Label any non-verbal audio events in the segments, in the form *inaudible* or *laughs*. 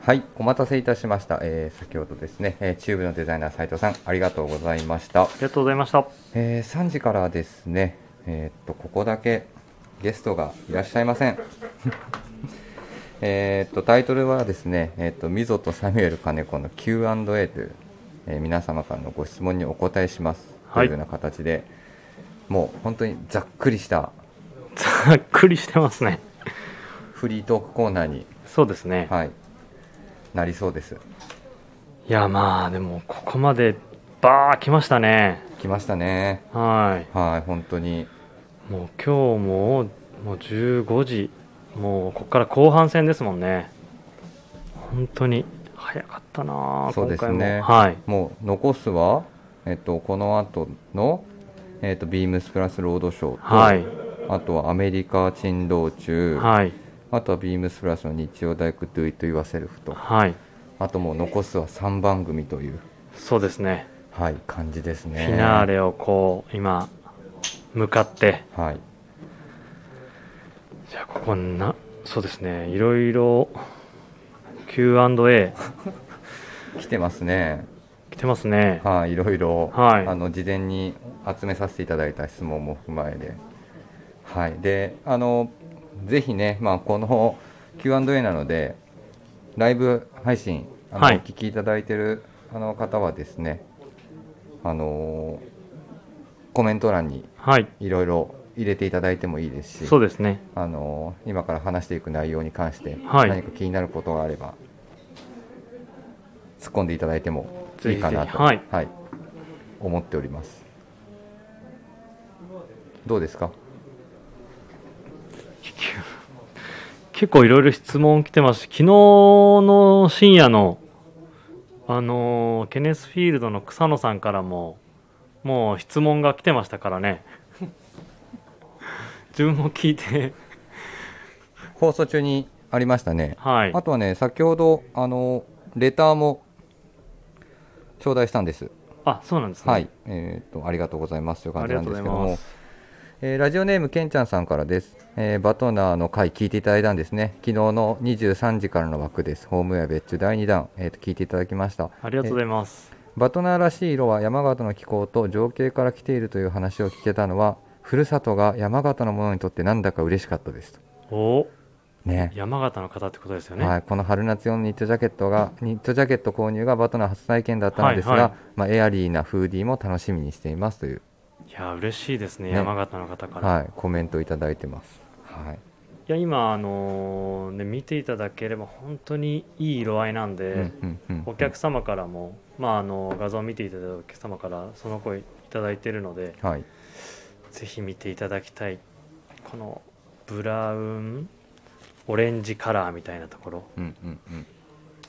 はい、お待たせいたしました。えー先ほどですね、えーチューブのデザイナー斉藤さん、ありがとうございました。りがとうございました。えー3時からですね、えーっとここだけゲストがいらっしゃいません。 *laughs* えーっとタイトルはですね、えーっとミゾとサミュエル金子の Q&A という、えー皆様からのご質問にお答えしますとはいいうような形で、もう本当にざっくりしたざっくりしてますね。フリートークコーナーに、そうですね。はい、なりそうです。いや、まあ、でも、ここまで、ばー来ましたね。来ましたね。ははい、本当に。い。もう今日も、もう15時、もう、ここから後半戦ですもんね。本当に、早かったなあそうですね今回も。はい。もう残すは、えっと、この後の、えっと、ビームスプラスロードショーと、はい。あとはアメリカ珍道中、はい。あとはビームスプラスの日曜大工 Do It Yourself と、はい。あともう残すは3番組という、そうですね。はい、感じですね。フィナーレをこう、今、向かって、はい、じゃあここなそうですねいろいろ Q&A 来てますね。来てますねはい、いろいろ、はいあの事前に集めさせていただいた質問も踏まえで、はい、であのぜひね、まあ、この Q&A なのでライブ配信あの、はいお聞きいただいているあの方はですねあのコメント欄にはいいろいろ入れていただいてもいいですしそうですねあの今から話していく内容に関してはい何か気になることがあれば、突っ込んでいただいてもいいかなぜひぜひとはい思っておりますどうですか結構いろいろ質問来てますし昨日の深夜のあのーケネスフィールドの草野さんからももう質問が来てましたからね *laughs* 自分も聞いて放送中にありましたね、はいあとはね先ほどあのレターも頂戴したんですあそうなんですねはい、えー、とありがとうございますという感じなんですけどありがとうござもいま、えーラジオネームけんちゃんさんからです、えーバトナーの回聞いていただいたんですね昨日の23時からの枠ですホームウェア別注第2弾、えーと聞いていただきましたありがとうございますバトナーらしい色は山形の気候と情景から来ているという話を聞けたのはふるさとが山形のものにとってなんだか嬉しかったですとおね山形の方ってことですよね、はい、この春夏用のニットジャケットがニットジャケット購入がバトナー初体験だったのですが、はいはいまあ、エアリーなフーディーも楽しみにしていますというい、や嬉しいですねね山形の方から、はい、コメントいただいてます。はい、いや今あのね見ていただければ本当にいい色合いなんで、うんうんうんお客様からもまああの画像を見ていただいたお客様からその声いただいてるのではい、ぜひ見ていただきたいこのブラウンオレンジカラーみたいなところうんうん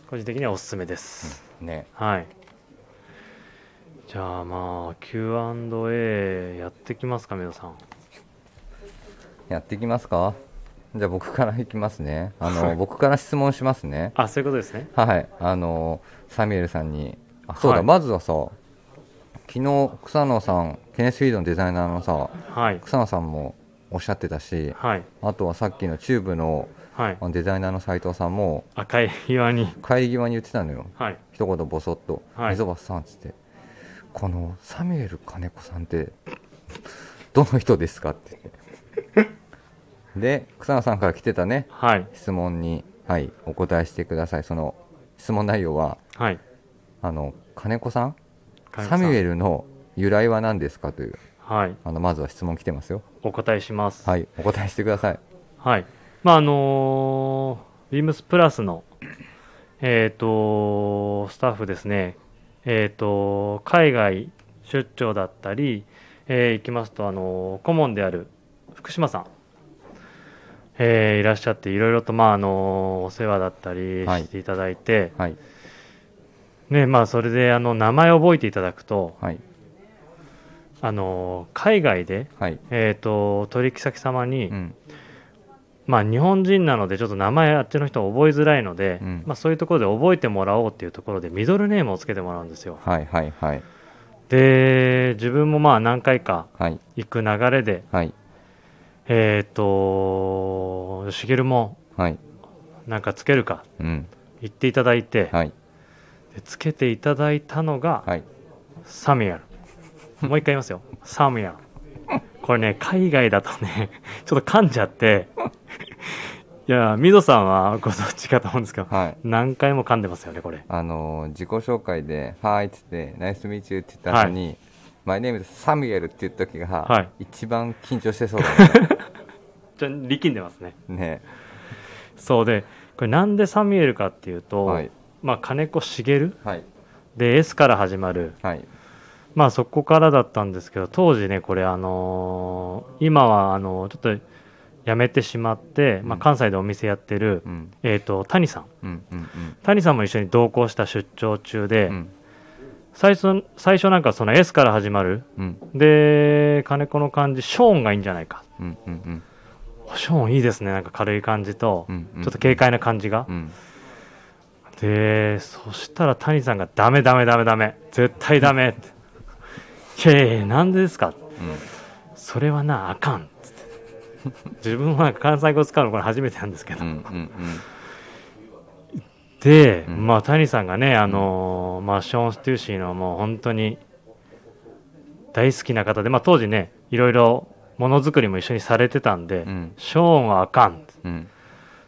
個人的にはおすすめです、うん、ね、はいじゃあまあ Q&A やってきますか皆さんやっていきますか。じゃあ僕からいきますね。あはのい僕から質問しますね。あそういうことですねはい、あのサミュエルさんに、あそうだ、はいまずはさ、昨日草野さん、ケネスフィールドのデザイナーのさ、はい草野さんもおっしゃってたし、はいあとはさっきのチューブのはいあのデザイナーの斉藤さんも赤い岩に帰り際に言ってたのよ。はい一言ボソッと「はい溝端さん」っつって「このサミュエル金子さんってどの人ですか?」って *laughs* 言ってで草野さんから来てたねはい質問に、はい、お答えしてくださいその質問内容ははい「あの金子さん金子さサんミュエルの由来は何ですか?」というはい、あのまずは質問来てますよお答えします。はい。はいお答えしてくださいまあ、あのービームスプラスの、えっ、と、スタッフですね、えっ、と、海外出張だったり、えー行きますと、あのー顧問である福島さん、えーいらっしゃって、いろいろと、まあ、あのーお世話だったりはいしていただいて、はいね、まあ、それで、あの、名前を覚えていただくと、はいあのー海外で、はいえっ、と、取引先様に、うんまあ、日本人なのでちょっと名前あっちの人覚えづらいので、うんまあ、そういうところで覚えてもらおうっていうところでミドルネームをつけてもらうんですよはいはいはいで自分もまあ何回かはい行く流れではいえっ、ー、としげるもはいなんかつけるかうん行っていただいて、はいでつけていただいたのが、はいサミュエル。もう一回言 *laughs* いますよ。サミュエル。これね、海外だとね、ちょっと噛んじゃって、いや、ミドさんはご存知かと思うんですけど、はい何回も噛んでますよね、これ。あのー自己紹介で「はーい」っつって「ナイスミーチュー」って言った後に「マイネームサミュエル」って言った時が、はい一番緊張してそうだったちょ力んでますね。 *laughs* ねそうで、これなんでサミュエルかっていうと、はいまあ、金子茂はいで S から始まる、はいまあそこからだったんですけど当時ねこれあのー今はあのーちょっとやめてしまって、まあ、うん関西でお店やってる、うんえー、と谷さんうんうんうん谷さんも一緒に同行した出張中で、うん最初最初なんかその S から始まるうんで金子の感じショーンがいいんじゃないかうんうんうんショーンいいですねなんか軽い感じと、うんうんちょっと軽快な感じが、うんでそしたら谷さんが「ダメダメダメダメ絶対ダメ」って「いやいやいやなんでですか?」それはなあかんっつって自分は関西語使うのこれ初めてなんですけど、うんうんうんで、うんまあ谷さんがねあのーまあショーン・ステューシーのもう本当に大好きな方でまあ当時ねいろいろものづくりも一緒にされてたんで、うんショーンはあかんうん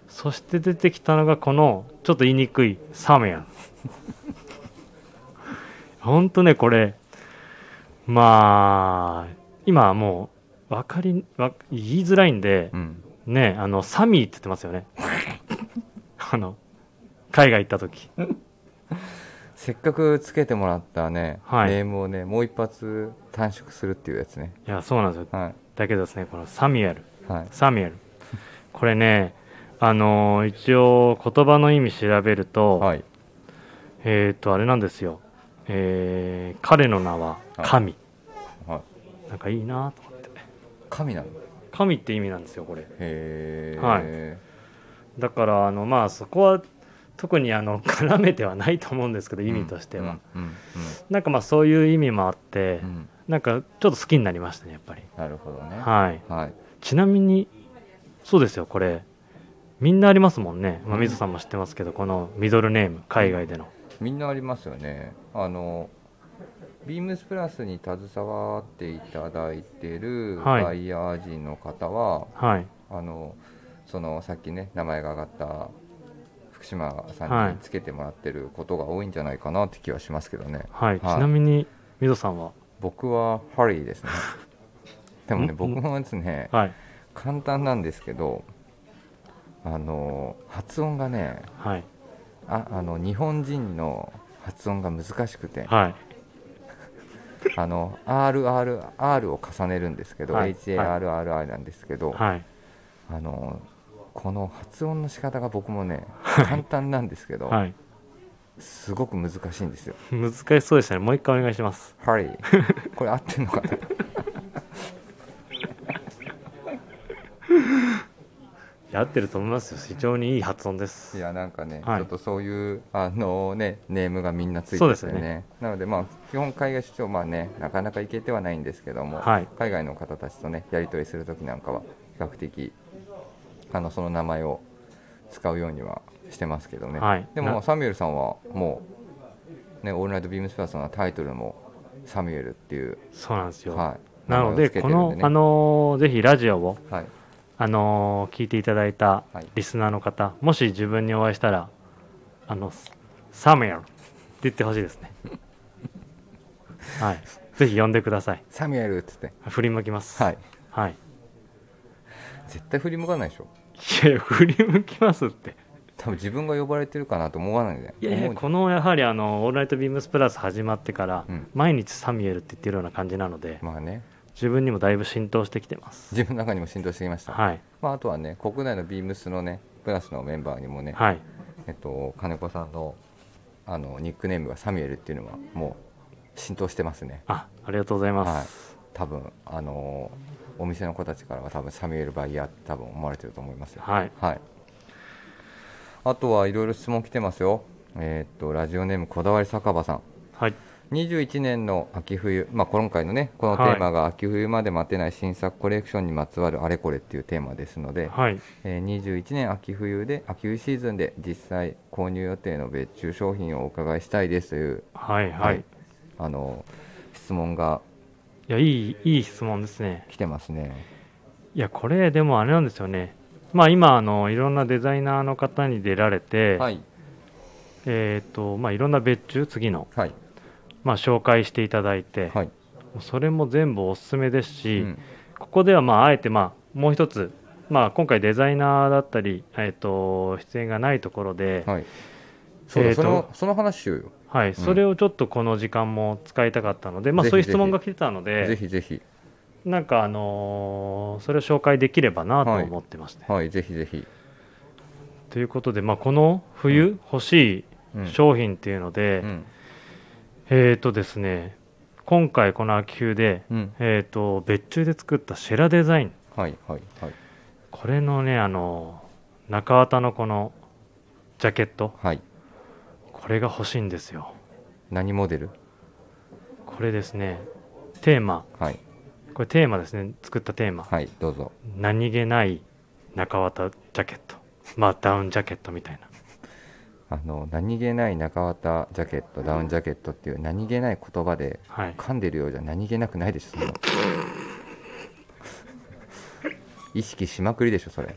そして出てきたのがこのちょっと言いにくいサムヤ *laughs* ンほんとねこれまあ今はもう分かりわ言いづらいんで、うんねあのサミーって言ってますよね *laughs* あの海外行った時せっかくつけてもらったね、はいネームをねもう一発短縮するっていうやつねいやそうなんですよはだけどですねこのサミュエルいはいサミュエルこれねあの一応言葉の意味調べると、はいえっ、とあれなんですよえー彼の名は神、はいなんかいいなと思って神なの神って意味なんですよこれへえだからあのまあそこは特にあの *laughs* 絡めてはないと思うんですけど意味としては、うんなんかまあそういう意味もあって、うんうんうんなんかちょっと好きになりましたねやっぱりなるほどねはいはいちなみにそうですよこれみんなありますもんね、まあ、水さんも知ってますけどこのミドルネーム海外でのみんなありますよねあのビームスプラスに携わっていただいてるはいバイヤー人の方は、はいあのそのさっきね名前が挙がった福島さはんいにつけてもらってることが多いんじゃないかなって気はしますけどね、はい、いちなみにミドさんは僕はハリーですね *laughs* でもねん僕もですねはい簡単なんですけどあの発音がねはいああの日本人の発音が難しくてはいあの RRR を重ねるんですけど、はい HARRI なんですけど、はいあのこの発音の仕方が僕もね簡単なんですけど、はいすごく難しいんですよ。難しそうでしたねもう一回お願いしますハリーこれ合ってんのかな。いや合ってると思いますよ非常にいい発音ですいやなんかね、はいちょっとそういうあのねネームがみんなついそうてですてよねねなのでまあ基本海外出張まあねなかなか行けてはないんですけども、はい海外の方たちとねやり取りする時なんかは比較的あのその名前を使うようにはしてますけどね、はいでもまあなサミュエルさんはもうねオールナイトビームスプラスのタイトルもサミュエルっていう、そうなんですよ、はい、なの名前をで付けこてるんので、ねあのーぜひラジオを、はいあのー聞いていただいたはいリスナーの方、もし自分にお会いしたら「あのサムヤル」って言ってほしい *laughs* ですねはいぜひ呼んでくださいサミュエルっつって振り向きますはいはい、い絶対振り向かないでしょやいや振り向きますって多分自分が呼ばれてるかなと思わないでいやい思やうこのやはりあの「オールナイトビームスプラス」始まってから、うん毎日サミュエルって言ってるような感じなのでまあね自分にもだいぶ浸透してきてます自分の中にも浸透してきました、はいまあ、あとはね国内のビームスのねプラスのメンバーにもね、はいえっと、金子さんのあのニックネームがサミュエルっていうのはもう浸透してますねあありがとうございます、多分あのお店の子たちからは多分サミュエルバイヤーって多分思われてると思いますよはいはい、あとはいろいろ質問来てますよえっとラジオネームこだわり酒場さんはい21年の秋冬、まあ、今回のねこのテーマが秋冬まで待てない新作コレクションにまつわるあれこれっていうテーマですので、はい。えー21年秋冬で秋冬シーズンで実際購入予定の別注商品をお伺いしたいですという、はい。は。はいいいあの質問がや、いい、いい質問ですね。来てますね。いや、これ、でもあれなんですよね。まあ、今、あの、いろんなデザイナーの方に出られて、はい、えっ、と、まあ、いろんな別注、次の、はい、まあ、紹介していただいて、はい、それも全部おすすめですうし、んここでは、まあ、あえて、まあ、もう一つ、まあ、今回デザイナーだったり、えっ、と、出演がないところで、はい、そうだ、えーとそのその話しようよ、はい、それをちょっとこの時間も使いたかったので、まあ、ぜひそういう質問が来てたので、ぜひぜひ、なんか、あのーそれを紹介できればなと思ってまして、はい、ぜひぜひ、ということで、まあ、この冬、欲しうんい商品っていうので、うんえっ、とですね、今回この秋冬で、うん、えっ、と、別注で作ったシェラデザイン、はい、はい、はい、これのね、あのー中綿のこのジャケット、はい、これが欲しいんですよ。何モデル、これですね、テーマ、はい、これテーマですね、作ったテーマ。はい、どうぞ、何気ない中綿ジャケットまあダウンジャケットみたいなあの何気ない中綿ジャケット、ダウンジャケットっていう何気ない言葉ではい噛んでるようじゃ何気なくないでしょそんな意識しまくりでしょそれ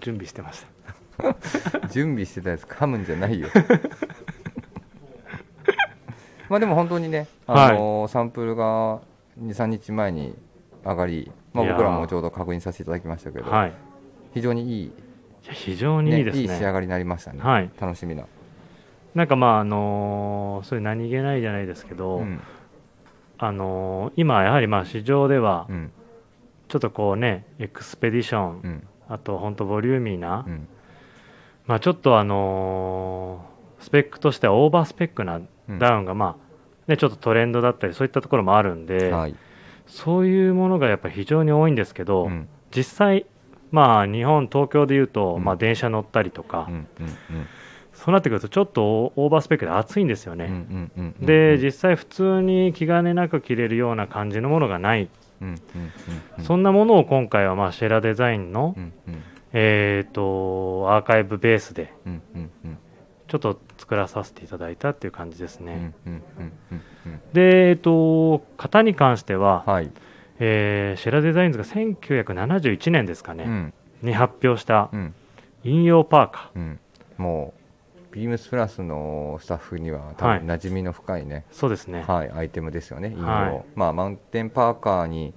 準備してました準備してたやつ噛むんじゃないよ *laughs* まあでも本当にね、あのサンプルが23日前に上がり、まあ、いやー僕らもちょうど確認させていただきましたけど、はい非常にいい,、いや非常にいいですねいい仕上がりになりましたね、はい楽しみな、なんかまああのーそういう何気ないじゃないですけど、うんあのー今やはりまあ市場ではうんちょっとこうねエクスペディション、うんあと本当ボリューミーな、うんまあちょっとあのースペックとしてはオーバースペックなうんダウンがまあ、ね、ちょっとトレンドだったりそういったところもあるんで、はい、そういうものがやっぱ非常に多いんですけど、うん実際、まあ、日本、東京でいうと、うんまあ、電車乗ったりとか、うんうんうんそうなってくると、ちょっとオーバースペックで暑いんですようんうね。んうんうんで、実際、普通に気兼ねなく着れるような感じのものがない、うんうんうんうんそんなものを今回は、まあ、シェラデザインの、うんうんえー、とアーカイブベースで、うんうんうんちょっと作らさせていただいたっていう感じですうね。んうんうんうんうんで、えーと、型に関しては、はい、えーシェラデザインズが1971年ですかね、うんに発表したうん引用パーカー。うん、もうビームスプラスのスタッフには多はい分馴染みの深いね、そうですね、はいアイテムですよね、引用はいまあマウンテンパーカーに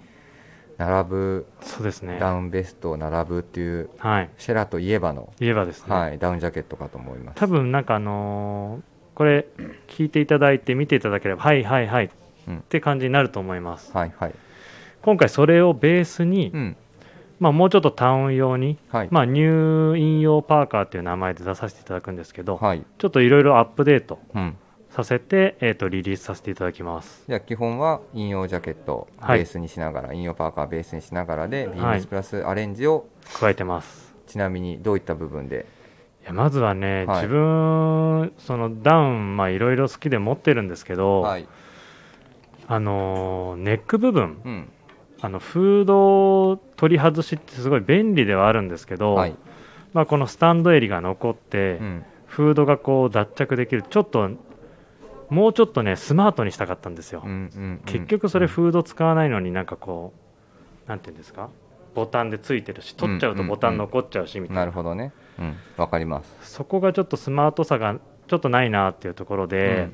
並ぶそうですね。ダウンベストを並ぶっていうはい。シェラといえばの、言えばですね。はい、ダウンジャケットかと思います。多分なんかあのーこれ聞いていただいて見ていただければ、はいはいはいっうんて感じになると思います。はいはい、今回それをベースに、うん、まあもうちょっとタウン用に、はい、まあ入院用パーカーっていう名前で出させていただくんですけど、はい、ちょっといろいろアップデートうん、させて、えっ、とリリースさせていただきます。じゃあ基本は引用ジャケットをはいベースにしながら、引用パーカーベースにしながらで、ビーはムいスプラスアレンジを加えてます。ちなみにどういった部分で、いやまずはね、はい自分、そのダウン、まあいろいろ好きで持ってるんですけど、はい、あのーネック部分、うん、あのフード取り外しってすごい便利ではあるんですけど、はい、まあ、このスタンド襟が残って、うん、フードがこう脱着できるちょっともうちょっとねスマートにしたかったんですよ、うん、うん、結局それフード使わないのになんかこうなんていうんですかボタンでついてるし取っちゃうとボタン残っちゃうしみたいな,、なるほどね。うん、わかります。そこがちょっとスマートさがちょっとないなっていうところで、うん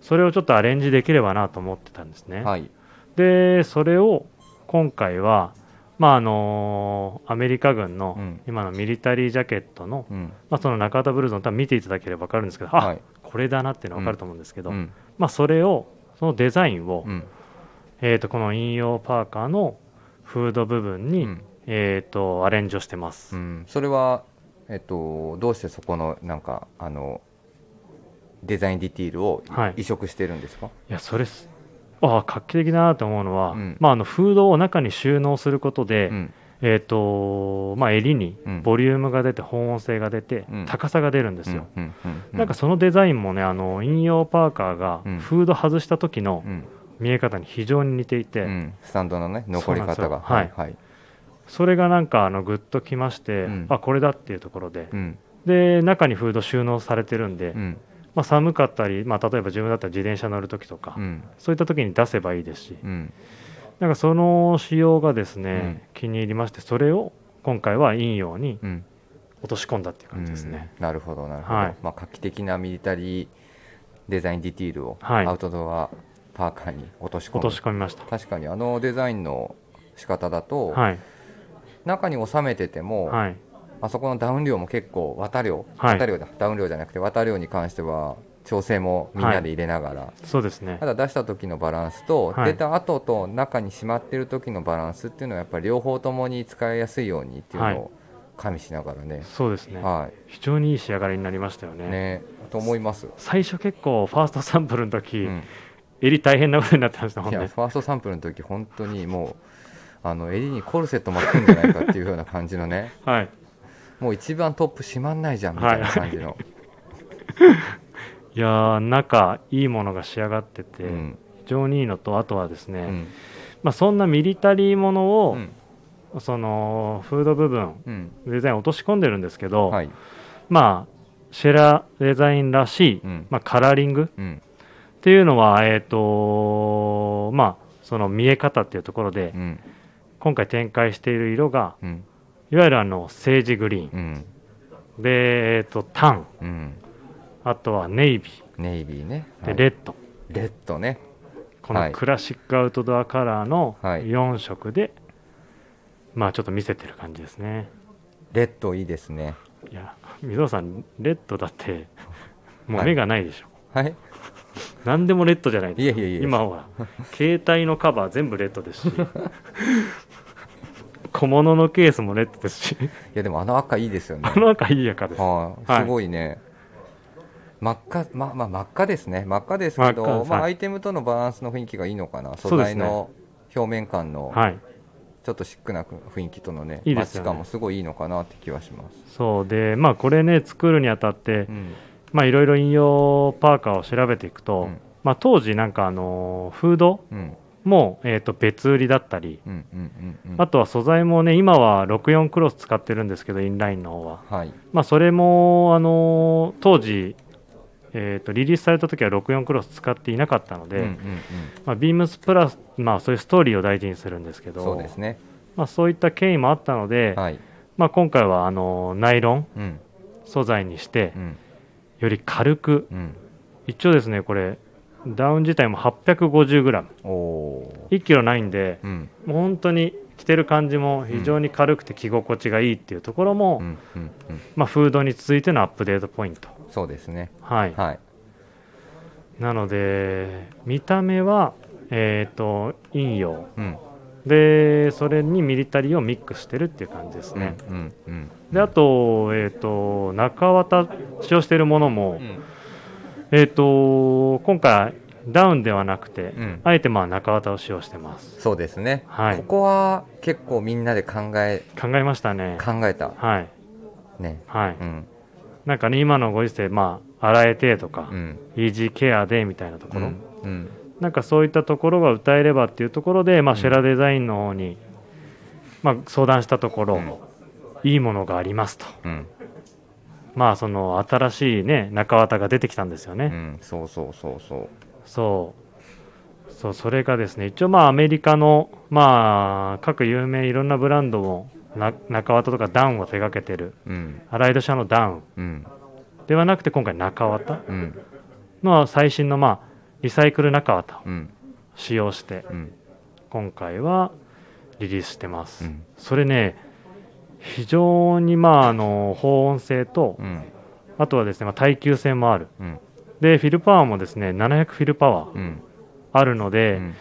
それをちょっとアレンジできればなと思ってたんですね、はい。でそれを今回は、まああのアメリカ軍のうん今のミリタリージャケットの、うん。まあ、その中田ブルーズの多分見ていただければ分かるんですけど、はいあこれだなっていうのは分かると思うんですけど、うん。まあ、それをそのデザインを、うん。えー、とこの引用パーカーのフード部分うに、んえー、とアレンジをしてます、うん。それは、えっと、どうしてそこの、なんか、あの、デザインディティールをはい移植してるんですかいやそれすああ画期的だなと思うのは、うんまあ、あのフードを中に収納することで、うん。えっ、とまあ、襟にうんボリュームが出て、保温性が出て、うん高さが出るんですよ。うんうんうなんかそのデザインもね、あの引用パーカーがうんフード外した時のうん見え方に非常に似ていて、うんスタンドのね残りそう方なんがですよはいはいそれがなんかあのグッときまして、うんあこれだっていうところで、うんで中にフード収納されてるんで、うんまあ、寒かったり、まあ、例えば自分だったら自転車乗る時とか、うんそういった時に出せばいいですし、うんなんかその仕様がですね、うん気に入りまして、それを今回は引用にうん落とし込んだっていう感じですね。うんなるほどなるほど、はいまあ、画期的なミリタリーデザインディティールをはいアウトドアパーカーに落とし込む、落とし込みました。確かにあのデザインの仕方だと、はい、中に収めてても、はい、あそこのダウン量も結構綿量、はい綿量だダウン量じゃなくて綿量に関しては調整もみんなで入れながら、そうですねた。だ出した時のバランスと、はい出た後と中にしまってる時のバランスっていうのはやっぱり両方ともに使いやすいようにっていうのを加味しながらね、そうですね。はい、非常にいい仕上がりになりましたよね。ね、と思います。最初結構ファーストサンプルの時、うん襟大変なことになってましたもんいやね。ファーストサンプルの時本当にもうあの襟にコルセット巻くんじゃないかっていうような感じのねはい。もう一番トップ閉まんないじゃんみたいな感じの、いやー中いいものが仕上がってて、うん非常にいいのとあとはですね、うんまあそんなミリタリーものうを、んそのフード部分うんデザイン落とし込んでるんですけど、はいまあシェラデザインらしい、うんまあ、カラーリングうんっていうのはえっ、とまあその見え方っていうところで、うん今回展開している色がうんいわゆるあのセージグリーン、うんで、えー、とタンうんあとはネイビネイビーね、ーはでいレッド、レッドねこはのいクラシックアウトドアカラーのはい4色で、まあちょっと見せてる感じですねレッドいいですねいや水野さんレッドだって *laughs* もはうい目がないでしょ、はい何でもレッドじゃないですかいえいえいえ今ほら携帯のカバー全部レッ *laughs* ドですし小物のケースもレッドですしいやでもあの赤いいですよねあの赤いい赤ですはい、はいすごいね、真っ赤、まあ、まあ真っ赤ですね真っ赤ですけ真っ赤ど、はいまあ、アイテムとのバランスの雰囲気がいいのかな素そうです材ねの表面感のはいちょっとシックな雰囲気とのねいいマでッすチよね感もすごいいいのかなって気はします、そうでまあこれね作るにあたって、うんまあいろいろ引用パーカーを調べていくと、うんまあ当時なんかあのーフードうんも、えー、と別売りだったり、うんうんうんうんあとは素材もね今は64クロス使ってるんですけどインラインの方ははいまあそれもあのー当時えー、とリリースされた時は64クロス使っていなかったので、うんうんうんまあ、ビームスプラス、まあ、そういうストーリーを大事にするんですけどそうですねまあ、そういった経緯もあったので、はいまあ、今回はあのナイロンうん素材にしてうんより軽くうん一応ですねこれダウン自体も 850g1 おおーキロないんでうんもう本当に着てる感じも非常に軽くて着心地がいいっていうところも、うんうんうんまあ、フードに続いてのアップデートポイントそうですねはい、はいなので見た目はえっ、と陰陽うんでそれにミリタリーをミックスしてるっていう感じですうんね、うんうんであと,、えー、と中綿使用しているものも、うんえっ、と今回ダウンではなくて、うんあえてまあ中綿を使用してますそうですね、はいここは結構みんなで考え考えましたね。考えたはい。ねはい。うんなんかね、今のご時世、まあ、洗えてとか、うんイージーケアでみたいなところ、うんなんかそういったところが歌えればっていうところで、まあ、うんシェラデザインの方に、まあ、相談したところ、うんいいものがありますと。うんまあ、その、新しいね、中綿が出てきたんですよね。うんそうそうそうそうそう。そう、それがですね、一応まあアメリカの、まあ、各有名いろんなブランドも、な中綿とかダウンを手掛けてる、うんアライド社のダウンうんではなくて、今回中綿うんの最新の、まあ、リサイクル中綿をうん使用してうん今回はリリースしてます、うんそれね非常にまああの保温性とうんあとはですね、まあ、耐久性もあるうんでフィルパワーもですね700フィルパワーうんあるので、うん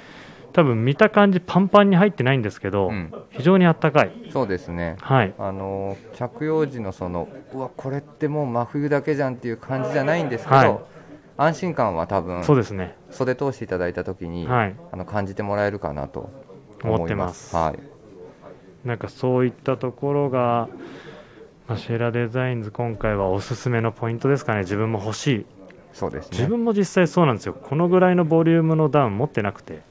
多分見た感じパンパンに入ってないんですけど、うん非常にあったかいそうですねはいあのー着用時のそのうわこれってもう真冬だけじゃんっていう感じじゃないんですけど、はい安心感は多分そうですね袖通していただいた時に、はいあの感じてもらえるかなと思っ思ていまますすはいなんかそういったところが、まあシェラデザインズ今回はおすすめのポイントですかね自分も欲しいそうですね自分も実際そうなんですよこのぐらいのボリュームのダウン持ってなくて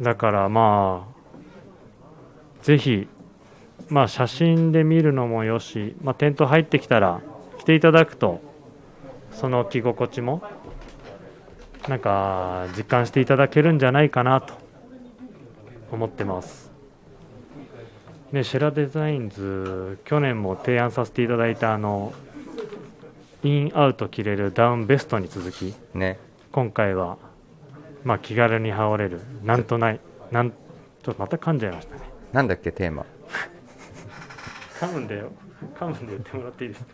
だからまあぜひまあ写真で見るのもよし、まあ、店頭入ってきたら着ていただくとその着心地もなんか実感していただけるんじゃないかなと思ってますねシェラデザインズ去年も提案させていただいたあのインアウト着れるダウンベストに続きね今回は、まあ、気軽に羽織れるなんとないなんちょっとまた噛んじゃいましたねなんだっけテーマ噛むんだよ噛むんで言ってもらっていいですか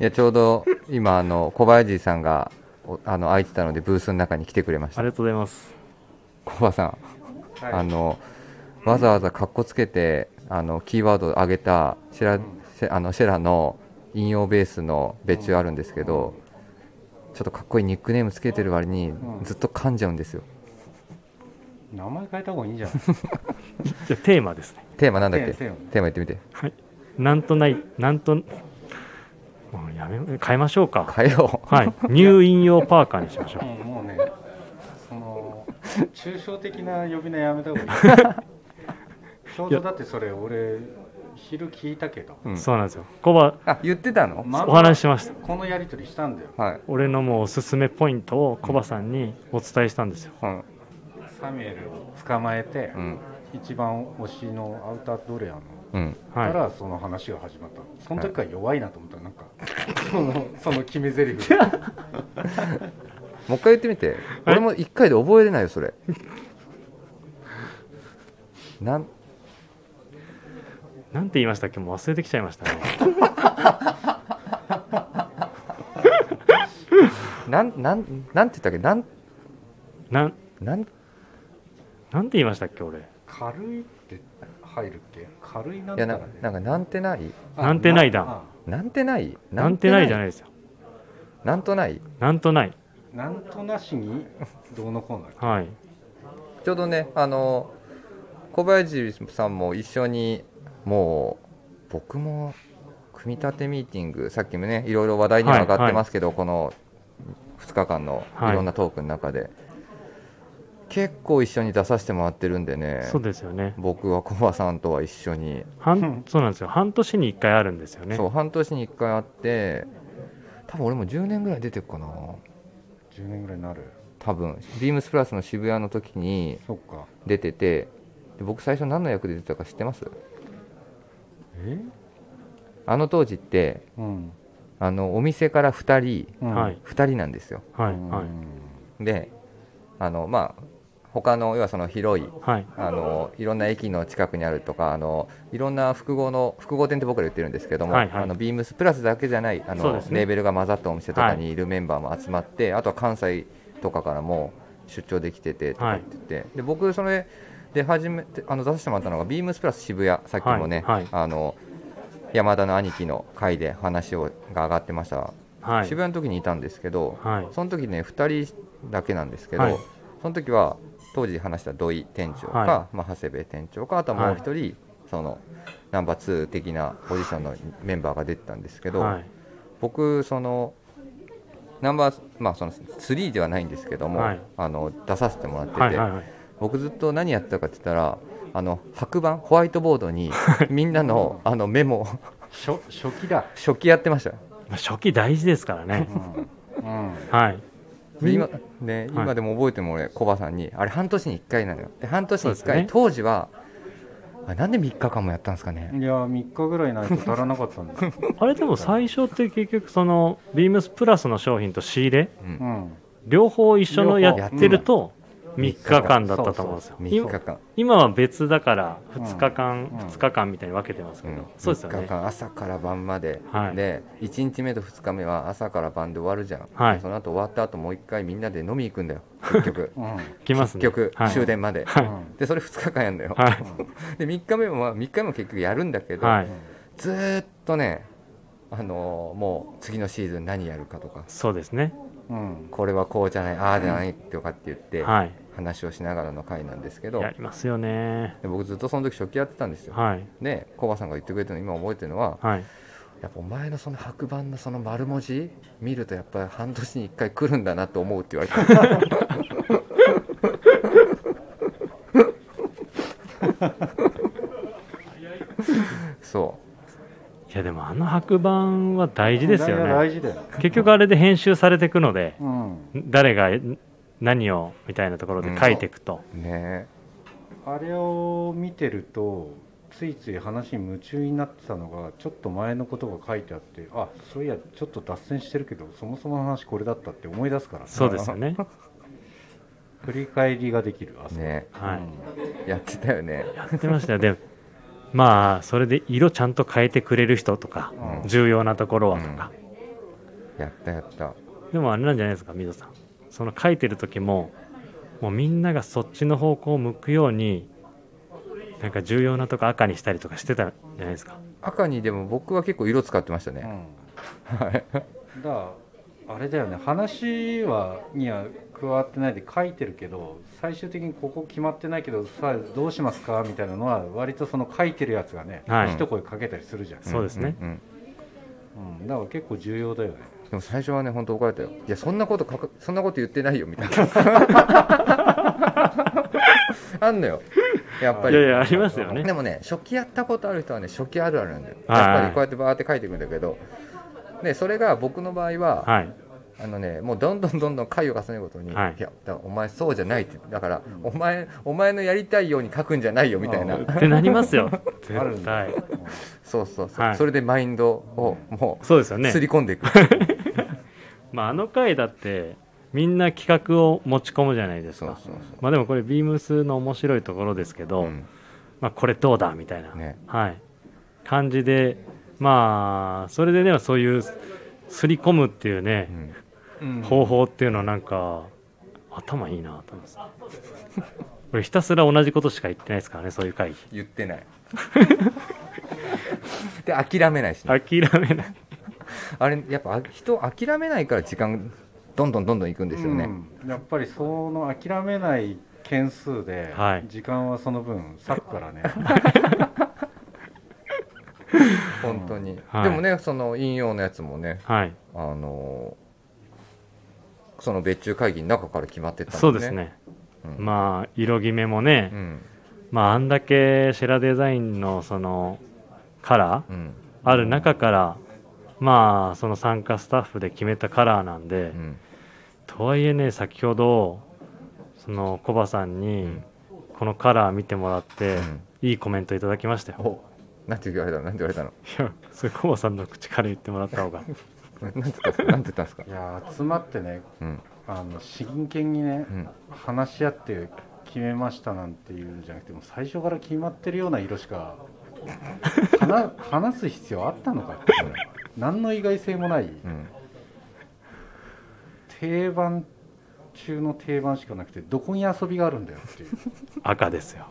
いやちょうど今あの小林さんがおあの空いてたのでブースの中に来てくれましあたりがとうございます小林さん、あのわざわざカッコつけてあのキーワードを上げたシェラ,、シェあのシェラの引用ベースの別注あるんですけど、ちょっとかっこいいニックネームつけてる割にうんずっと噛んじゃうんですよ名前変えた方がいいんじゃないじゃあテーマですねテーマなんだっけテーテマーマ言ってみてなんとないなんともうやめ変えましょうか変えようはい入院用パーカーにしましょうんもうねその抽象的な呼び名やめた方がいいちょうどだってそれ俺昼聞いたけど、うう、んそうなんですよコバ *laughs* あ言ってたの、まんまお話ししましたこのやり取りしたんだよはい、俺のもうおすすめポイントをコバさんにお伝えしたんですようんサミュエルを捕まえて、うん一番推しのアウタードレアのうん、はいからその話が始まったのその時から弱いなと思ったらなんか、そのその *laughs* 決め台詞がもう一回言ってみて俺も1回で覚えれないよそれなんなんて言いましたっけもう忘れてきちゃいましたねなんなんなんて言ったっけなんなんなんなんて言いましたっけ俺軽いって入るっけ軽いないんたやらなねなんかなんてないあなんてないだあなんてないなんてないじゃないいですよなんとないなんとないなんとなしにどうのこうのはいちょうどねあの小林さんも一緒にもう僕も組み立てミーティングさっきもねいろいろ話題には上がってますけど、この2日間のはいいろんなトークの中で、結構一緒に出させてもらってるんでねそうですよね僕はコバさんとは一緒に、半そうなんですよ半年に1回あるんですよねそう半年に1回会って多分俺も10年ぐらい出てるかな10年ぐらいになる多分ビームスプラスの渋谷の時にそっか出ててで僕最初何の役で出てたか知ってますえあの当時ってうん、あのお店から2人うんはい2人なんですよはいうんはいであのまあ他の要はその広いはいあのいろんな駅の近くにあるとかあのいろんな複合の複合店って僕ら言ってるんですけども、はいはいあのビームスプラスだけじゃないあそうの、ですねレーベルが混ざったお店とかにいるメンバーも集まって、あとは関西とかからも出張できててとかって言って、で僕それで初めてあの出させてもらったのがビームスプラス渋谷さっきもね、はいはいあの山田の兄貴の会で話をが上がってました、はい渋谷の時にいたんですけど、はいその時ね2人だけなんですけど、はいその時は当時話した土井店長か、はまあ、長谷部店長かあとはもう一人、そのナンバー2的なポジションのメンバーが出てたんですけど、はい僕そのナンバー、まあ、その3ではないんですけども、はいあの出させてもらってて、はいはいはい僕ずっと何やってたかって言ったらあの白板ホワイトボード *laughs* にみんなのあのメモ *laughs* 初初期だ、書記やってました。まあ初期大事ですからねうんはいで今ね、はい今でも覚えても俺コバさんにあれ半年に1回なのよで半年に1そうです回、ね当時はあなんで3日間もやったんですかねいや3日ぐらいないと足らなかったんだよ、 *laughs* あれでも最初って結局そのビームスプラスの商品と仕入れうんうん、両方一緒の両や方ってるとうん3日間だったと思うんですよ3今日間今は別だから2日間うん2日間みたいに分けてますけんどそうですよ三ね日間朝から晩まで、はいで1日目と2日目は朝から晩で終わるじゃん、はいその後終わった後もう1回みんなで飲み行く *laughs* んだよ結局うん来ま結すね局、はい終電まで、はいでそれ2日間やるんだよ、はで3日目もまあ3日目も結局やるんだけいど、はいずーっとねあのーもう次のシーズン何やるかとかそうですねうんうんこれはこうじゃないああじゃないとかって言って、はい話をしながらの回なんですけどやりますよねで僕ずっとその時初期やってたんですよ、はいでコバさんが言ってくれたの今覚えてるのははいやっぱお前のその白板のその丸文字見るとやっぱり半年に1回来るんだなと思うって言われたそういやでもあの白板は大事ですよね大事だよ、結局あれで編集されていくのでうん、誰が何をみたいなところで書いていくと、ねあれを見てるとついつい話に夢中になってたのがちょっと前のことが書いてあってあそういやちょっと脱線してるけどそもそもの話これだったって思い出すからそうですよね振り返りができるあそこねうんはいやってたよねやってましたよでまあそれで色ちゃんと変えてくれる人とか、うん重要なところはとか、やったやったでもあれなんじゃないですか水戸さんその書いてる時ももうみんながそっちの方向を向くようになんか重要なとこ赤にしたりとかしてたんじゃないですか赤にでも僕は結構色使ってましたね、うん、だからあれだよね話はには加わってないで書いてるけど最終的にここ決まってないけどさあどうしますかみたいなのは割とその書いてるやつがね、はい一声かけたりするじゃん、んそうですねんうんうん、だから結構重要だよねでも最初はね本当怒られたよいやそんなこと書くそんなこと言ってないよみたいなあんのよやっぱいりやいやありますよねでもね初期やったことある人はね初期あるあるなんだよはいやっぱりこうやってバーって書いていくんだけどでそれが僕の場合は、はいあのねもうどんどんどんどん回を重ねるごとに、はいやだからお前そうじゃないってだから、お前お前のやりたいように書くんじゃないよみたいなあってなります *laughs* よあるん絶だよ対うんそうそうそう、はいそれでマインドをも *laughs* そうですようねすり込んでいく、まあ、あの回だってみんな企画を持ち込むじゃないですそうかそうそまあでもこれビームスの面白いところですけう、ど、うんまあ、これどうだみたいな、ねはい、感じでまあそれでねそういうすり込むっていうねう、んうん方法っていうのはなんか頭いいなと思います俺ひたすら同じことしか言ってないですからねそういう会議言ってないで諦めないし、ね、諦めないあれやっぱあ人諦めないから時間どんどんどんどんいくんですよね、うんやっぱりその諦めない件数で、はい時間はその分割く *laughs* からね本当に、はいでもねその引用のやつもねはいあのーその別注会議の中から決まってったそもうんですね、うんまあ色決めもね、うんまああんだけシェラデザインのそのカラーうんある中からまあその参加スタッフで決めたカラーなんで、うんとはいえね先ほどそのコバさんに、んこのカラー見てもらって、うんいいコメントいただきましたよおなんて言われたのなんて言われたのいやそれコバさんの口から言ってもらった方がなんて言ったんですかなんて言ったんですかいや集まってねうんあの真剣にね、うん話し合って決めましたなんていうんじゃなくてもう最初から決まってるような色しか話話す必要あったのかって何の意外性もないうん定番中の定番しかなくてどこに遊びがあるんだよってい赤ですよ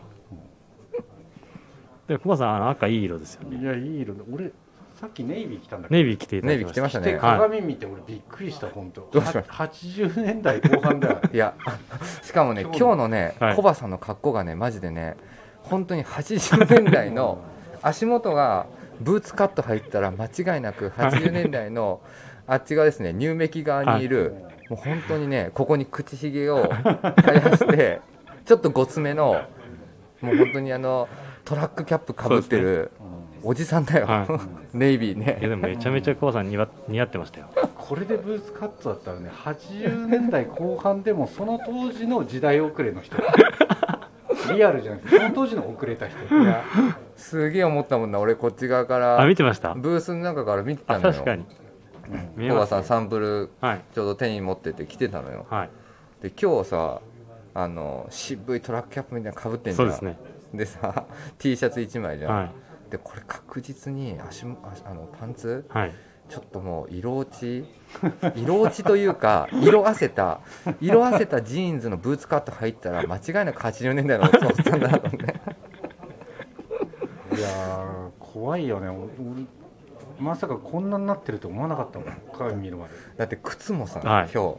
でコバさんあの赤いい色ですよねういやいい色だ俺さっきネイビー来たんだけどネイビー着ていただきネイビーました着てました着ねて鏡見て俺びっくりした本当どうしまし80年代後半だよいやしかもね今今日日ののね、はいコバさんの格好がねマジでね本当に80年代 *laughs* の足元がブーツカット入ったら間違いなく80年代のあっち側ですね乳メキ側にいる、もう本当にねここに口ひげを生やしてちょっとごつめのもう本当にあのトラックキャップかぶってるうんおじさんだよ、はネイビーいやねでもめちゃめちゃコバさん似合似合ってましたよこれでブーツカットだったらね80年代後半でもその当時の時代遅れの人リアルじゃなくてその当時の遅れた人いやすげえ思ったもんな俺こっち側かあら見てましたブースの中から見てたあのよ確かに見えコまバすさんサンプルはいちょうど手に持ってて来てたのよはいで今日さあの渋いトラックキャップみたいなのかぶってんじそゃうんですねでさ *laughs* T シャツ1枚じゃん、はでこれ確実に足も足あのパンツいはいちょっともう色落 *laughs* ち色落ちというか色あせた色あせたジーンズのブーツカット入ったら間違いなく80年代のおっさんだなと思っていやー怖いよね俺俺まさかこんなになってると思わなかったもん鏡見るまでだって靴もさ、はい今日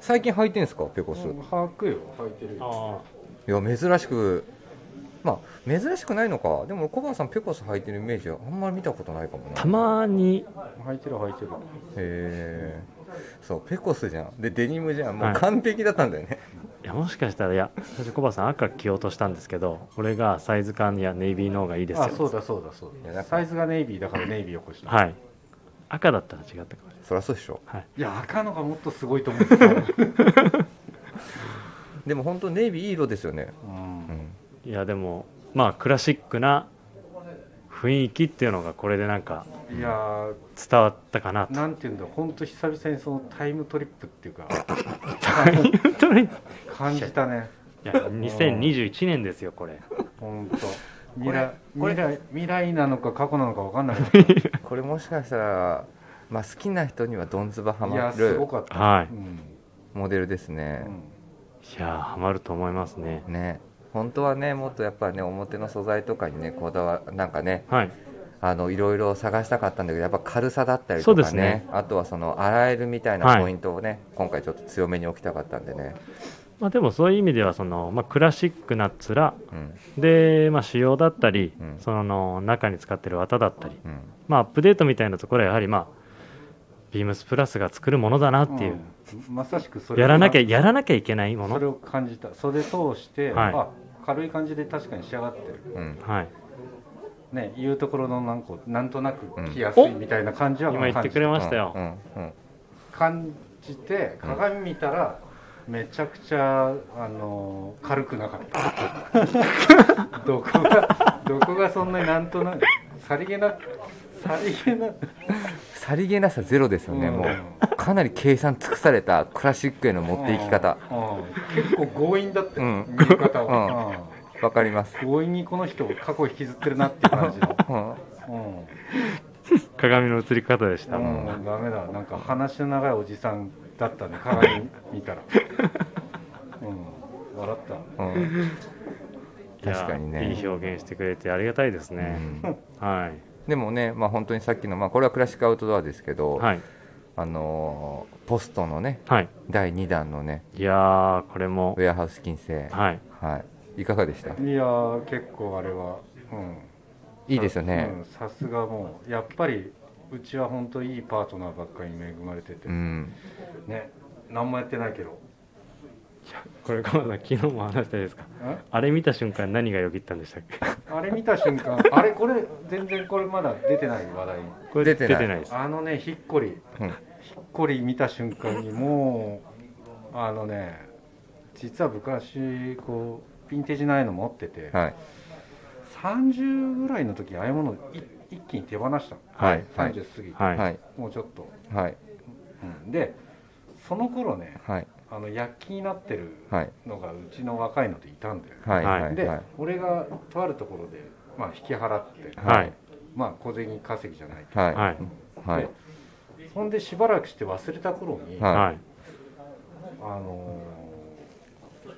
最近履いてんですかペコス履くよ履いてるあよいや珍しくまあ珍しくないのかでも小川さんペコス履いてるイメージはあんまり見たことないかもなあたまに履いてる履いてるへえそうペコスじゃんでデニムじゃんもはうい完璧だったんだよね、いやもしかしたらいや最初コバさん赤着ようとしたんですけど俺がサイズ感やネイビーの方がいいですよあそうだそうだそういやなだんかサイズがネイビーだからネイビーを越した、い、はい赤だったら違ったかもしれないそりゃそうでしょや赤のがもっとすごいと思ってた、うん、でも本当ネイビーいい色ですよね、うん、いやでもまあクラシックな雰囲気っていうのがこれでなんかいやー伝わったかなとなんていうんだ本当久々にそのタイムトリップっていうか本当 *laughs* にい感じたねや2021年ですよこれ本当未来これ未来未来なのか過去なのか分かんなかっこれもしかしたら、まあ、好きな人にはどんずばたハいやマすごるかった、はうんモデルですね、いいやーハマると思いますねね本当はねもっとやっぱね表の素材とかにねこだわなんかねはいあのいろいろ探したかったんだけどやっぱ軽さだったりそとうでかすねねあとはその洗えるみたいはないポイントをね、今回ちょっと強めに置きたかったんでね、まあでもそういう意味ではその、まあ、クラシックな面うんで、まあ、仕様だったり、うんその中に使ってる綿だったり、うん、まあ、アップデートみたいなところはやはりまあビームスプラスが作るものだなうんっていう、うんまさしくそれをやらなきゃやらなきゃいけないもそれのを感じたそれ通して、はいあ軽い感じで確かに仕上がってるうん、はいね言うところのなんかなんとなく着やすいみたいな感じは今言ってくれましたよ、うんうん感じて鏡見たらめちゃくちゃあの軽くなかったどこがどこがそんなになんとなくさりげなさりげなさりげなさゼロですよね、うんもうかなり計算尽くされたクラシックへの持っていき方うんうん結構強引だった、うん見え方は、わかります、うん強引にこの人過去を引きずってるなっていう感じの、 *laughs* うん、うん鏡の映り方でした、んうん、ダメだなんか話の長いおじさんだったね鏡見た *laughs* ら、うん、笑ったうんいや確かにねいい表現してくれてありがたいですね、はいでもね、まあ、本当にさっきの、まあ、これはクラシックアウトドアですけど、はいあのーポストのねはい第2弾のねいやーこれもウェアハウス金星、ははいい、いかがでしたいやー結構あれは、うん、いいですよねうんさすがもうやっぱりうちは本当いいパートナーばっかりに恵まれてて、うん、ね何もやってないけどこれ鎌田さん昨日も話したですかんあれ見た瞬間何がよぎったんでしたっけあれ見た瞬間あれこれ全然これまだ出てない話題これ出出ててないないですあのねひっこりうんひっこり見た瞬間にもうあのね実は昔こうヴィンテージないの持ってて、はい30ぐらいの時ああいうものをい一気に手放したのはいはい30過ぎて、はい、はいもうちょっと、はいうんでその頃ねはいあの躍起になってるはいのがうちの若いのでいたんだよ、はいはいははいで、はい俺がとあるところで、まあ、引き払って、はいまあ、小銭稼ぎじゃないけはいはいど、はいでそんでしばらくして忘れた頃に、はいはいあのー、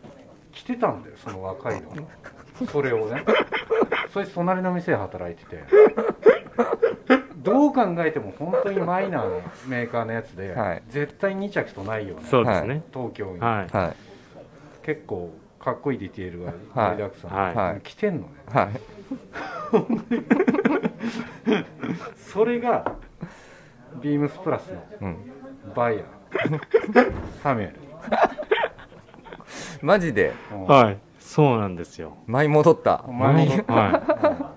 着てたんだよその若いのがそれをねそいつ隣の店で働いててどう考えても本当にマイナーのメーカーのやつで、はい絶対2着とないよねそうですね東京に、はいはい結構かっこいいディテールが盛りだくさん、はいはい着てんのねはいそれがビームスプラスのうんバイヤーサミュエルマジでうんはいそうなんですよ舞い戻ったお前戻った、は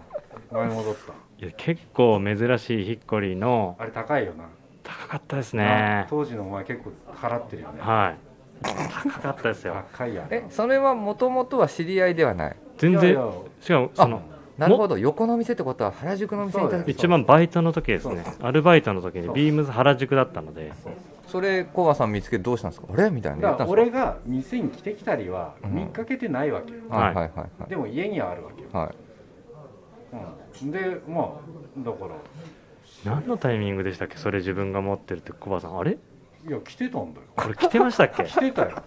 お前戻ったい、いや結構珍しいヒッコリのあれ高いよな高かったですあね当時のお前結構払ってるよねはい高かったですよ高いやんえそれはもともとは知り合いではない全いやい然やしかもそのなるほど横の店ってことは原宿の店にいたそうだよ一番バイトの時ですねそうアルバイトの時にそうビームズ原宿だったのでそうそれコバさん見つけてどうしたんですかあれみたいな言だったかんらです俺が店に来てきたりはうん見かけてないわけよ、かはいはいはいはいでも家にはあるわけよ、はいうん、でまあだから何のタイミングでしたっけそれ自分が持ってるってコバさんあれいや来てたんだよこれ着てましたっ *laughs* け来てたよ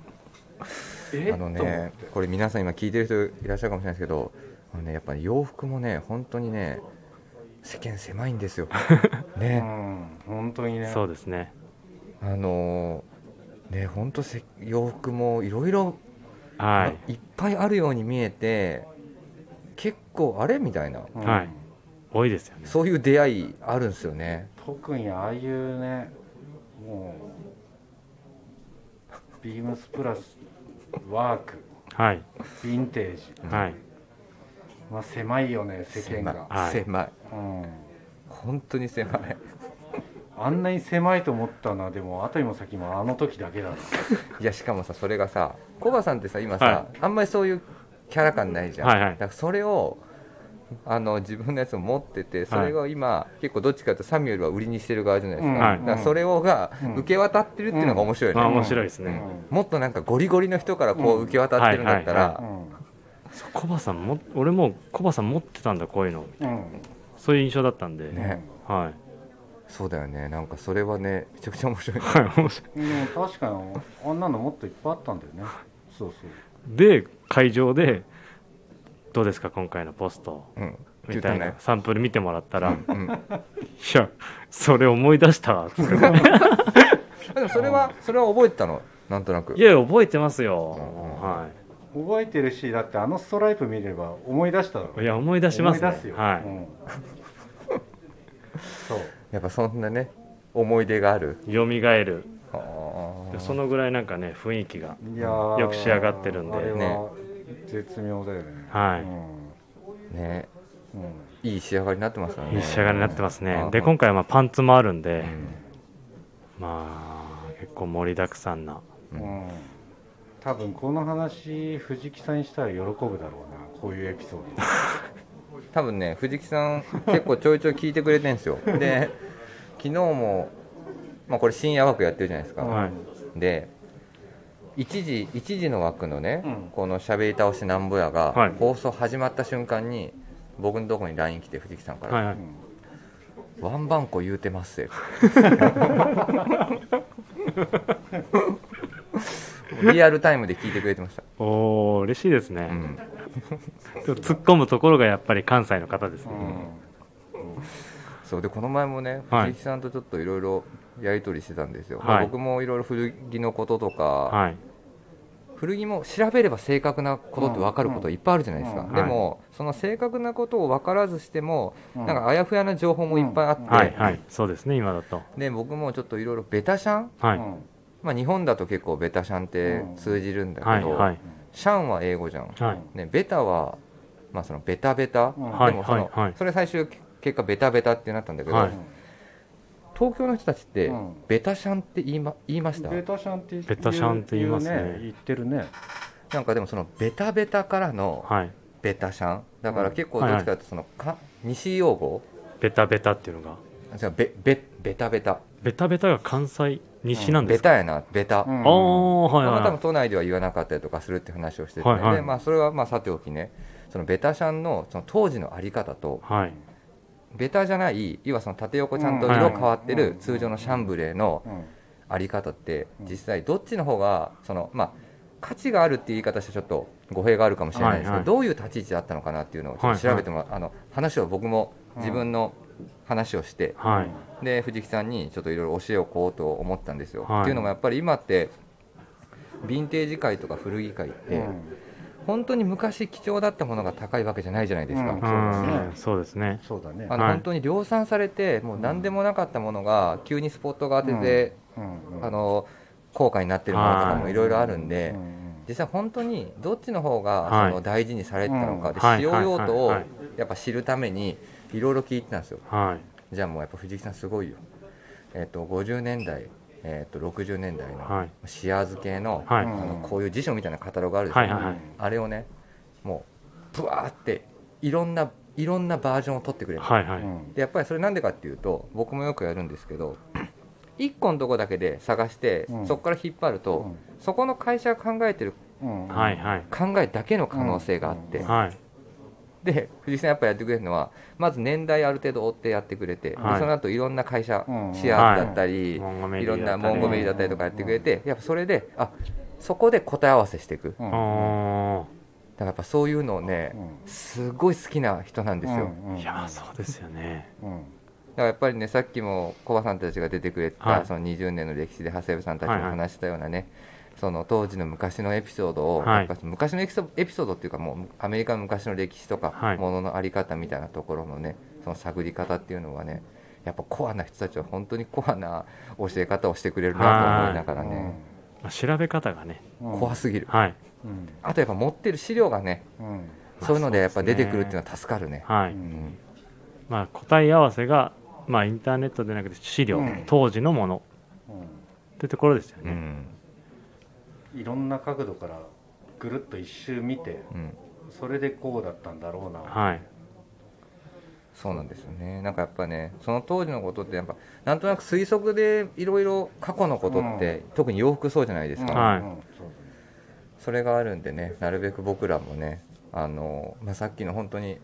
*laughs* えあのと思っねて、これ皆さん今聞いてる人いらっしゃるかもしれないですけど、あのね、やっぱり洋服もね、本当にね、世間狭いんですよ。うね、ん本当にねそうですねあのーね本当洋服もいろいろはいっぱいあるように見えて結構あれみたいなうんはい多いですよねそういう出会いあるんですよね特にああいうねもうビームスプラスワークはいヴィンテージはいまあ狭いよね世間狭いが、はい狭いうん、本当に狭いあんなに狭いと思ったのはでも後にも先もあの時だけだないやしかもさそれがさコバさんってさ今さ、はあんまりそういうキャラ感ないじゃん、はいはいだからそれをあの自分のやつを持っててそれを今、結構どっちかというとサミュエルは売りにしてる側じゃないですか,、うんはいだからそれをがうん受け渡ってるっていうのが面白いよまあね、面白いですね、もっとなんかゴリゴリの人からこう受け渡ってるんだったはらうんそうコバさんも俺もコバさん持ってたんだこういうのうんそういう印象だったんで、ねはいそうだよねなんかそれはねめちゃくちゃ面白いはい面白い *laughs* でも確かにあんなのもっといっぱいあったんだよねそうそうで会場でどうですか今回のポストうんって言みったたいねなサンプル見てもらったら、いうん、やそれ思い出した *laughs* わでもそれはそれは覚えてたのなんとなくいや覚えてますよ、うんは覚えてるしだってあのストライプ見れば思い出しただろいいや思い出します、ね、思い出すよ、はい、うん、そうやっぱそんなね思い出がある蘇るあーそのぐらいなんかね雰囲気がいやーよく仕上がってるんであれねは絶妙だよねはいねうんうんいい仕上がりになってますよねいい仕上がりになってますねうんで今回はまあパンツもあるんで、うんまあ結構盛りだくさんなうん多分この話藤木さんにしたら喜ぶだろうなこういうエピソー多分ね藤木さん結構ちょいちょい聞いてくれてるん *laughs* ですよで昨日も、まあ、これ深夜枠やってるじゃないですか、ド、はいで1時一時の枠のね、うんこの「しゃべり倒しなんぼや」はいが放送始まった瞬間に僕のとこに LINE 来て藤木さんから「はいはいうんワンバンコ言うてます *laughs* よリアルタイムで聞いてくれてました、おお嬉しいですうね、ん、でも突っ込むところがやっぱり関西の方ですね、そうでこの前もねはい藤木さんとちょっといろいろやり取りしてたんですよ、はい僕もいろいろ古着のこととか、はい古着も調べれば正確なことって分かることいっぱいあるじゃないですか、うんうんでも、その正確なことを分からずしても、うんなんかあやふやな情報もいっぱいあって、うんはいはいそうですね今だとで僕もちょっといろいろベタシャン、はういんまあ、日本だと結構ベタシャンって通じるんだけはいど、はいシャンは英語じゃん、はいね、ベタは、まあ、そのベタベタ、うんはいでもその、はいはいそれ最終結果ベタベタってなったんだけど、はい東京の人たちって、うんベタシャンって言いま言いましたベタシャンって言うベタシャンって言いますねう言ってるねなんかでもそのベタベタからのはいベタシャンだから結構うんどっちかというとその、か西用語ベタベタっていうのがじゃあベベベタベタベタベタが関西西なんでベすか、タやなベタ、うんああはいまあはい多分都内では言わなかったりとかするって話をしてて、はいはいでまあ、それはまあさておきねそのベタシャンのその当時のあり方とはいベタじゃない要はその縦横ちゃんと色変わってうんはいる通常のシャンブレーのうんあり方ってうん実際どっちの方がそのまあ価値があるっていう言い方してちょっと語弊があるかもしれないですけど、はいはいどういう立ち位置だったのかなっていうのをちょっと調べてもらう、あの話を僕も自分の話をして、はいで藤木さんにちょっといろいろ教えをこうと思ったんですよ。はいっていうのもやっぱり今ってヴィンテージ界とか古着界って、うん本当に昔貴重だったものが高いわけじゃないじゃないですか。うんうーんそうですねそうだねあのはい本当に量産されてもう何でもなかったものが急にスポットが当てて、うんうんあの高価になってるものとかもいろいろあるんで、うんうん実際本当にどっちの方がはいその大事にされてたのか、ではい使用用途をはいはいやっぱ知るためにいろいろ聞いてたんですよはいじゃあもうやっぱ藤木さんすごいよ、えっと50年代、えっと60年代のはいシアーズ系の,、はいうんあのこういう辞書みたいなカタログあるでしょ、はいはいはいあれをねもうブワーっていろんないろんなバージョンを取ってくれるはいはういんでやっぱりそれなんでかっていうと僕もよくやるんですけど1個のとこだけで探して、うんそこから引っ張ると、そこの会社が考えてるうんはいはい考えだけの可能性があって、うんはいで藤井さんやっぱりやってくれるのはまず年代ある程度追ってやってくれて、ではいその後いろんな会社、うんシアーズだったり、モンゴメい、リーろんなモンゴメリーだったりとかやってくれて、やっぱそれであそこで答え合わせしていくだかうんあらやっぱそういうのをねうんすごい好きな人なんですよ、うんうんあいやそうですよねうんからやっぱりねさっきもコバさんたちが出てくれた、はいその20年の歴史で長谷部さんたちもはいはい話したようなね、その当時の昔のエピソードを、はいなんか昔のエピソエピソードっていうかもうアメリカの昔の歴史とか、はいもののあり方みたいなところのねその探り方っていうのはねやっぱコアな人たちは本当にコアな教え方をしてくれるなと思いながらね、まあ調べ方がね、うん怖すぎるはい、うんあとやっぱ持ってる資料がねうんまあそういうのでやっぱそうで出すてねくるっていうのは助かるね、はういんうんまあ、答え合わせが、まあ、インターネットでなくて資料、うん当時のものうってところですようね、んんいろんな角度からぐるっと一周見てうんそれでこうだったんだろうな、はいそうなんですよねなんかやっぱねその当時のことってやっぱなんとなく推測でいろいろ過去のことって、特に洋服そうじゃないですか、うんはいうんそうそれがあるんでねなるべく僕らもねあの、まあ、さっきの本当に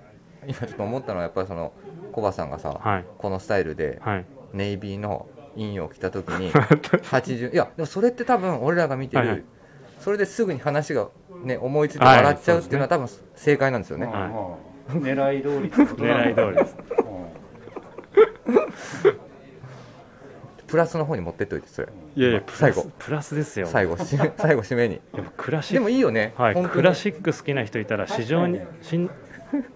今ちょっと思ったのはやっぱりそのコバさんがさ、はいこのスタイルではいネイビーのインを着た時 *laughs* に80いやでもそれって多分俺らが見てる、はいはいそれですぐに話が、ね、思いついて笑っちゃうっていうのは多分正解なんですようんね、うん狙い通りってこと *laughs* だ狙い通りですプラスの方に持ってっておいてそれいやいやプラ最後スプラスですよ最後し最後締めにでもクラシでッもクいいよね、はい、本当にクラシック好きな人いたら市場に確かにしんうん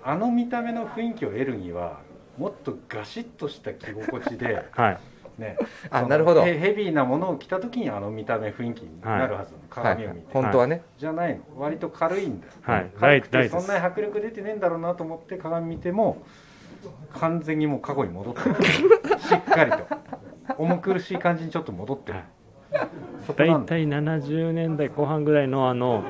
あの見た目の雰囲気を得るにはもっとガシッとした着心 *laughs* 地で、はいね、あそのなるほどヘヘビーなものを着た時にあの見た目雰囲気になるはずなの、はい鏡を見て、本当はね、じゃないの割と軽いんだよ、はい軽くラてイトそんなに迫力出てねえんだろうなと思って鏡見ても完全にもう過去に戻って *laughs* るしっかりと重苦しい感じにちょっと戻ってる、はいそこな大んだ体70年代後半ぐらいのあの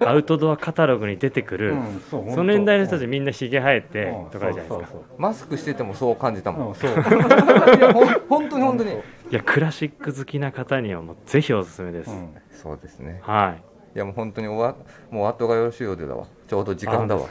アウトドアカタログに出てくる、うんそう本当その年代の人たちみんなひげ生えてとかじゃないですか、うんそうマスクしててもそう感じたもん、そうそう *laughs* うんそう *laughs* いやほん本当に本当にいやクラシック好きな方にはもうぜひおすすめです、うんそうですねはいいやもう本当におわもう後がよろしいようでだわちょうど時間だわいい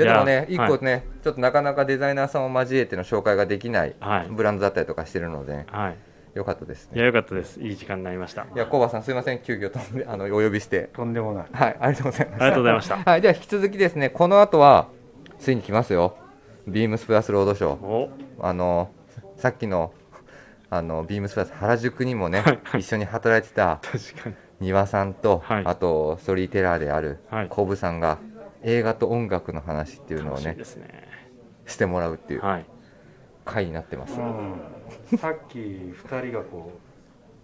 ややでもね一はい個ね、ちょっとなかなかデザイナーさんを交えての紹介ができないはいブランドだったりとかしてるので、はいよかったですいねやよかったですいい時間になりましたいやコバさんすいません急遽飛んで *laughs* あのお呼びしてとんでもないはいありがとうございましありがとうございましたたはいでは引き続きですねこの後はついに来ますよビームスプラスロードショーおあのさっきのあのビームスプラス原宿にもね、一緒に働いてた確かに庭さんと、はいあとストーリーテラーであるはいコブさんが映画と音楽の話っていうのを楽しいねですねしてもらうっていうはい回になってます、うんさっき2人がこ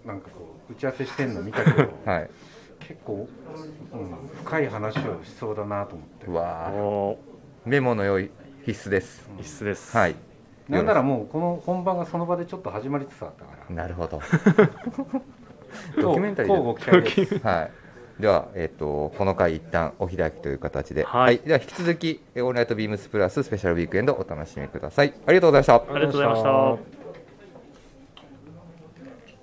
うなんかこう打ち合わせしてんの見たけ *laughs* ど、はい結構、うん、深い話をしそうだなと思ってうわーおメモの用意必須です必須ですはいなんならもうこの本番がその場でちょっと始まりつつあったからなるほ *laughs* どドキュメンタリー交互期待ですではいでは、えっとこの回一旦お開きという形で、はいでは引き続き「オールナイトビームスプラススペシャルウィークエンド」お楽しみくださいありがとうございましたありがとうございました